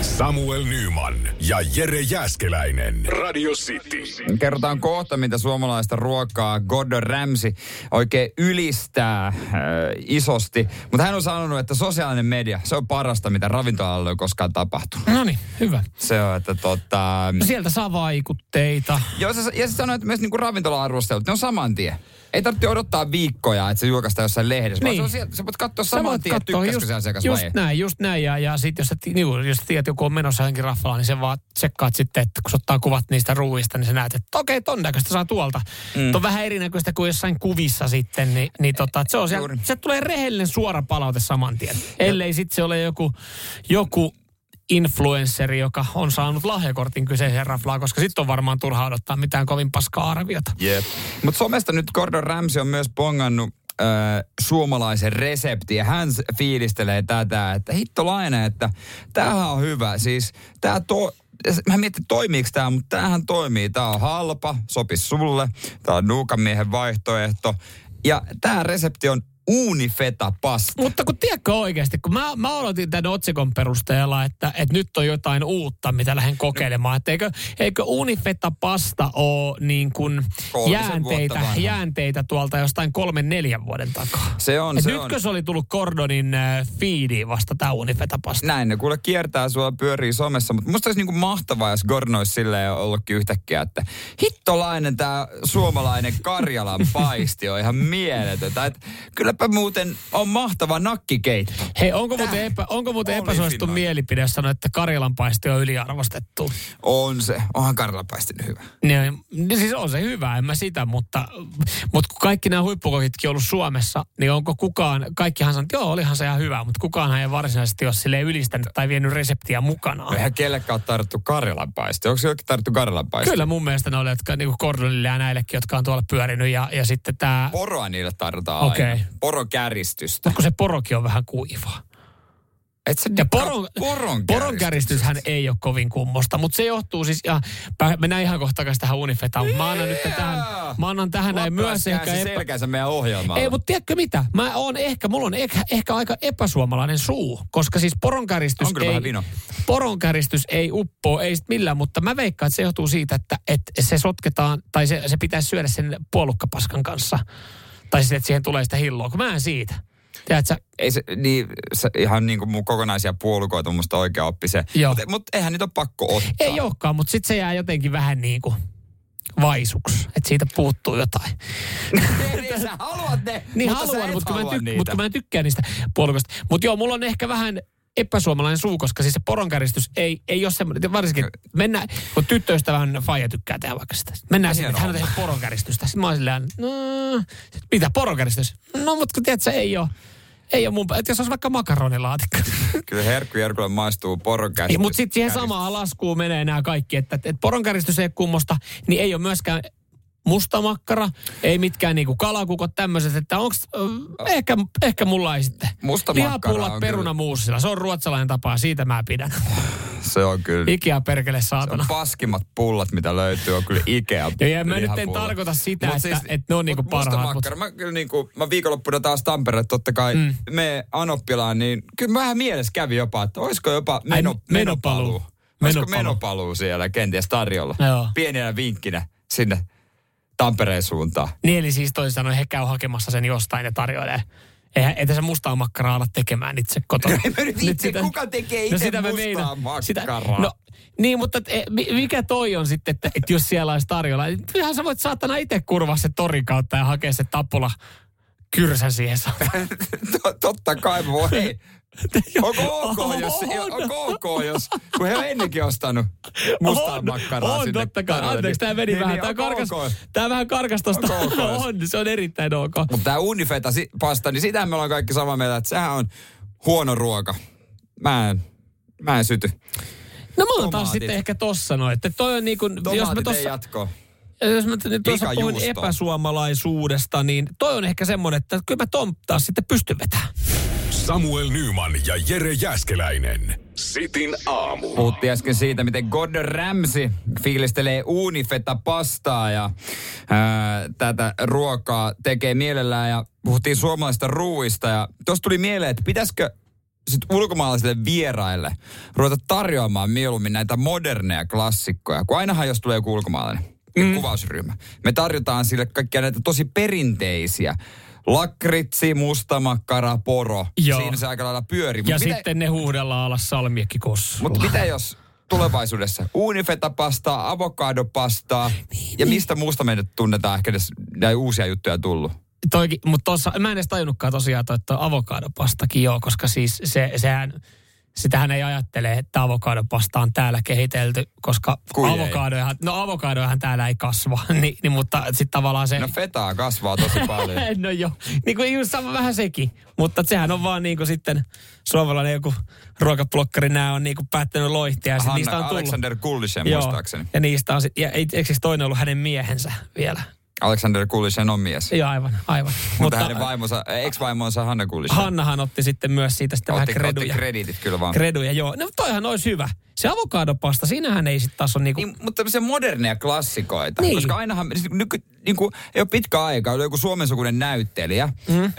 Samuel Nyman ja Jere Jäskeläinen. Radio City. Kerrotaan kohta, mitä suomalaista ruokaa Gordon Ramsay oikein ylistää äh, isosti. Mutta hän on sanonut, että sosiaalinen media, se on parasta, mitä ravintolalla on koskaan tapahtunut. No niin, hyvä. Se on, että tota... No sieltä saa vaikutteita. Joo, se, ja se sanoo, että myös niinku ravintola-arvostelut, ne on saman tien. Ei tarvitse odottaa viikkoja, että se julkaistaan jossain lehdessä, niin. Niin. vaan se on sieltä, sä voit katsoa Sä saman voit tien, katsoa tykkäskö se asiakas just vai ei. näin, just näin. Ja, ja sit jos, sä, ti- niinku, jos sä tiedät, joku on menossa johonkin raffalaan, niin sen vaan tsekkaat sitten, että kun sä ottaa kuvat niistä ruuista, niin sä näet, että okei, ton näköistä saa tuolta. Mm. on vähän erinäköistä kuin jossain kuvissa sitten, niin, niin tota, että se, on siellä, Juuri. se tulee rehellinen suora palaute saman tien. Ellei sitten se ole joku, joku influensseri, joka on saanut lahjakortin kyseiseen raflaan, koska sitten on varmaan turha odottaa mitään kovin paskaa arviota. Jep. Mutta somesta nyt Gordon Ramsay on myös bongannut äh, suomalaisen reseptin ja hän s- fiilistelee tätä, että hittolainen, että tämähän on hyvä. Siis tää to, mä mietin, toimiiko tämä, mutta tämähän toimii. Tämä on halpa, sopi sulle, tämä on nuukamiehen vaihtoehto. Ja tämä resepti on uunifeta pasta. Mutta kun tiedätkö oikeasti, kun mä, mä odotin tämän otsikon perusteella, että, että nyt on jotain uutta, mitä lähden kokeilemaan. Että eikö, eikö Unifeta pasta ole niin kuin Kolmisen vuotta jäänteitä, vanha. jäänteitä tuolta jostain kolmen neljän vuoden takaa? Se on, Et se on. nytkö se oli tullut Gordonin äh, feediin vasta tämä Unifeta pasta? Näin, ne kuule kiertää sua, pyörii somessa, mutta musta olisi niinku mahtavaa, jos Gordon olisi silleen ollutkin yhtäkkiä, että hittolainen tämä suomalainen Karjalan paisti on ihan mieletöntä. Et kylläpä muuten on mahtava nakkikeitto. Hei, onko muuten, epä, onko muuten Oli epäsuosittu Finlandia. mielipide sanoa, että karjalanpaisti on yliarvostettu? On se, onhan Karjalan paisti nyt hyvä. Niin, niin siis on se hyvä, en mä sitä, mutta, mutta kun kaikki nämä huippukokitkin on ollut Suomessa, niin onko kukaan, kaikkihan sanoo, että joo, olihan se ihan hyvä, mutta kukaanhan ei varsinaisesti ole sille ylistänyt tai vienyt reseptiä mukanaan. Ah. Eihän kellekään ole tarjottu Karjalan paisti. Onko jollekin tarjottu Karjalan paisti? Kyllä mun mielestä ne oli, jotka niin Kordonille ja näillekin, jotka on tuolla pyörinyt ja, ja sitten tämä, Poroa niille tarjotaan aina. Okei. Poron käristystä. mutta kun se porokin on vähän kuivaa. Et sä Ja dikkaa poron, poron, poron käristyshän siis. ei ole kovin kummosta, mutta se johtuu siis, ja pä- mennään ihan kohta takaisin tähän Unifetaan, mutta mä annan nyt tähän, mä annan tähän näin myös ehkä Lappalaiskääsi epä, selkäänsä meidän ohjelmaan. Ei, mutta tiedätkö mitä? Mä oon ehkä, mulla on ehkä, ehkä aika epäsuomalainen suu, koska siis poronkäristys On kyllä ei, vähän vino. poronkäristys ei uppoa, ei sit millään, mutta mä veikkaan, että se johtuu siitä, että, että se sotketaan, tai se, se pitäisi syödä sen puolukkapaskan kanssa. Tai sitten, että siihen tulee sitä hilloa, kun mä en siitä. Tiedätkö, ei se, niin, se ihan niin kuin kokonaisia puolukoita on musta oikea oppi se. Joo. Mutta mut eihän niitä ole pakko ottaa. ei olekaan, mutta sitten se jää jotenkin vähän niin kuin vaisuksi, että siitä puuttuu jotain. niin, sä haluat ne, Niin mutta sä haluan, et mutta kun, mä halua en tyk- niitä. mut kun mä en tykkää niistä puolukoista. Mutta joo, mulla on ehkä vähän epäsuomalainen suu, koska siis se poronkäristys ei, ei ole semmoinen. Varsinkin, mennään, kun tyttöistä vähän faija tykkää tehdä vaikka sitä. Mennään sinne, Hieno että hän on tehnyt poronkäristystä. Sitten mä oon silleen, no, sit mitä poronkäristys? No, mutta kun tiedät, se ei ole. Ei ole mun, pä- että jos olisi vaikka makaronilaatikko. Kyllä herkku Jerkulle maistuu poron käsitys. Mutta sitten siihen samaan laskuun menee nämä kaikki, että, että poronkäristys ei ole kummosta, niin ei ole myöskään mustamakkara, ei mitkään niinku kalakukot, tämmöiset, että onks, ö, ehkä, ehkä mulla ei sitten. Musta makkara on Lihapulla kyllä- perunamuusilla, se on ruotsalainen tapa, siitä mä pidän. Se on kyllä. Ikea perkele Se on saatana. paskimmat pullat, mitä löytyy, on kyllä Ikea. Ja, ja mä nyt en lihapullat. tarkoita sitä, Mut siis että, että ne on niinku mut musta parhaat. makkara. Mä, kyllä niinku, mä viikonloppuna taas Tampereelle totta kai mm. me Anoppilaan, niin kyllä mä vähän mielessä kävi jopa, että olisiko jopa meno, menopaluu. menopaluu. Olisiko Menopaluu. menopaluu siellä kenties tarjolla? Joo. Pienenä vinkkinä sinne Tampereen suuntaan. Niin eli siis toisin sanoen he käy hakemassa sen jostain ja tarjoilee. Eihän, eihän se mustaa makkaraa ala tekemään itse kotona. no No ei mä nyt itse- kuka tekee itse mustaa meinaan. makkaraa? no, niin, mutta et, e, mi- mikä toi on sitten, että, että jos siellä olisi tarjolla? et Kyllähän sä voit saatana itse kurvaa se torin kautta ja hakea se tappula kyrsän siihen saatana. To- totta kai voi. Hei, Onko ok, jos, onko ok, jos, kun he on ennenkin ostanut mustaa On, makkaraa On, sinne totta kai. tarjolle, Anteeksi, niin- tämä meni niin, vähän. niin, Tämä onko karkas, ok? tää vähän karkas tosta. Onko ok? on, se on erittäin ok. Mutta tämä unifeta si- pasta, niin sitä me ollaan kaikki samaa mieltä, että sehän on huono ruoka. Mä en, mä en syty. No mä oon taas Tomaatit. sitten ehkä tossa noin, että toi on niin kuin, jos mä Tomaatit ei tossa, jatko. jos mä nyt tuossa puhuin Likajuusto. epäsuomalaisuudesta, niin toi on ehkä semmoinen, että kyllä mä Tom taas sitten pystyn vetämään. Samuel Nyman ja Jere Jäskeläinen. Sitin aamu. Puhuttiin äsken siitä, miten Gordon Ramsay fiilistelee uunifeta pastaa ja ää, tätä ruokaa tekee mielellään. Ja puhuttiin suomalaisista ruuista ja tuossa tuli mieleen, että pitäisikö sit ulkomaalaisille vieraille ruveta tarjoamaan mieluummin näitä moderneja klassikkoja. Kun ainahan jos tulee joku ulkomaalainen mm. kuvausryhmä, me tarjotaan sille kaikkia näitä tosi perinteisiä. Lakritsi, mustamakkara, poro. Joo. Siinä se aika lailla pyörii. Ja Mut mitä- sitten ne huudellaan alas salmiekki kossulla. mutta mitä jos tulevaisuudessa uunifetapastaa, avokadopastaa niin, ja mistä muusta meidät tunnetaan ehkä edes näin uusia juttuja tullut? Toikin, mutta tossa, mä en edes tajunnutkaan tosiaan toi, toi avokadopastakin joo, koska siis se, sehän, sitähän ei ajattele, että avokadopasta on täällä kehitelty, koska Kui ei. avokadojahan, no avokadojahan täällä ei kasva, niin, niin mutta sitten tavallaan se... No fetaa kasvaa tosi paljon. no joo, niin kuin just sama vähän sekin. Mutta sehän on vaan niin kuin sitten suomalainen joku ruokablokkari, nämä on niin kuin päättänyt loihtia ja sit niistä on Hanna tullut. Alexander Kullisen Joo, muistaakseni. ja niistä on sit, ja ei- eikö siis toinen ollut hänen miehensä vielä? Alexander Kullisen on mies. Joo, aivan, aivan. Mutta, hänen vaimonsa, ex-vaimonsa Hanna Kullisen. Hannahan otti sitten myös siitä sitten otti, vähän otti kreduja. krediitit kyllä vaan. kreduja, joo. No toihan olisi hyvä. Se avokadopasta, siinähän ei sitten taas ole niinku... Niin, mutta tämmöisiä moderneja klassikoita. Niin. Koska ainahan, siis nyky, niin kuin, ei ole pitkä aika, oli joku suomen sukunen näyttelijä, Mm-hmm. mm. ö,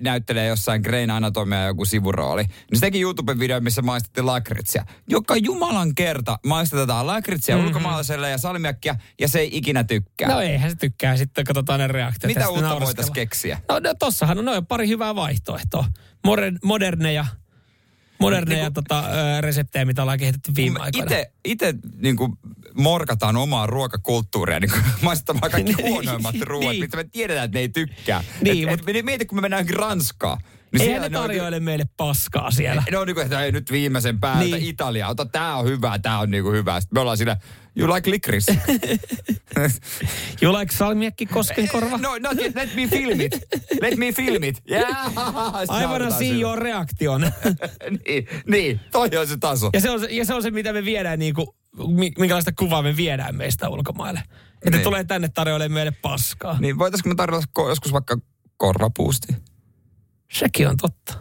näyttelee jossain Grain Anatomia joku sivurooli. Niin se teki YouTube-video, missä maistettiin lakritsia. Joka jumalan kerta maistetaan lakritsia mm-hmm. ulkomaalaiselle ja salmiakkia, ja se ei ikinä tykkää. No eihän se tykkää sitten, katsotaan ne reaktiot. ja Mitä sitten uutta naureskella. voitaisiin keksiä? No, no tossahan on noin pari hyvää vaihtoehtoa. Modern, moderneja, moderneja niin, tota, ö, reseptejä, mitä ollaan kehitetty viime aikoina. Niinku- Itse ite, niin morkataan omaa ruokakulttuuria niin maistamaan kaikki Niin. huonoimmat ruoat, Niin. niin. mitä me tiedetään, että ne ei tykkää. Niin, et, et, mieti, kun me mennään johonkin Ranskaan. Niin Eihän ne on- tarjoile meille paskaa siellä. Ne on niinku, että hei, nyt viimeisen päältä Niin. niin. Italia, ota tää on hyvä, tää on niinku hyvä. Sitten me ollaan siinä, you like licorice. You like salmiakki koskenkorva? no, no, let me film it. Let me film it. Yeah. I wanna see your reaction. niin, niin, toi on se taso. Ja se on se, ja se, on se mitä me viedään, niin kuin, minkälaista kuvaa me viedään meistä ulkomaille. Että Niin. tulee tänne tarjoilemaan meille paskaa. Niin. Niin voitaisko me tarjota ko- joskus vaikka korvapuusti? Sekin on totta.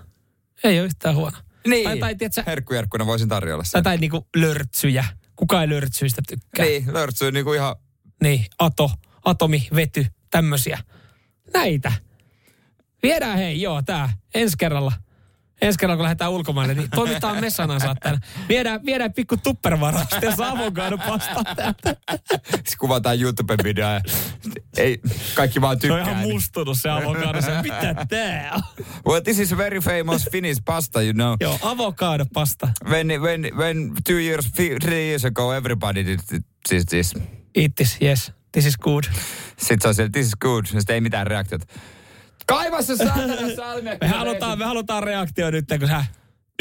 Ei ole yhtään huono. Niin, Tai, tai, tiedätkö, herkkujerkkuna voisin tarjolla tai, sen. tai niin kuin lörtsyjä. Kuka ei lörtsyistä tykkää. Niin. Niin, lörtsyy niinku ihan, niin. ato, atomi, vety, tämmösiä. Näitä. Viedään hei, joo, tää. Ensi kerralla. Ensi kerralla, kun lähdetään ulkomaille, niin toimitaan me sanansa täällä. Viedään, viedään pikku tuppervarasta ja avokadopasta täältä. siis kuvataan YouTube-videoa ja ei, kaikki vaan Se tykkää. on ihan niin. mustunut se avokado. Se, mitä tää on? Well, this is very famous Finnish pasta, you know. Joo, avokadopasta. when when when two years fi- three years ago everybody did thi- this this Eat this, yes. This is good. sit se on siellä, this is good sitten ei mitään reaktiota kaiva se saatana salmiakki Me halutaan, me halutaan reaktio nyt, kun hän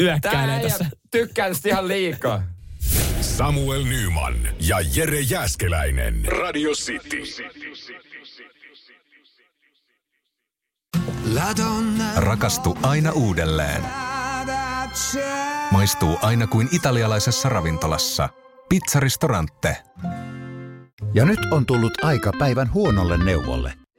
yökkäilee tää tässä. tykkää tästä ihan liikaa Samuel Nyman ja Jere Jäskeläinen. Radio City. Rakastu aina uudelleen. Maistuu aina kuin italialaisessa ravintolassa. Pizzaristorante. Ja nyt on tullut aika päivän huonolle neuvolle.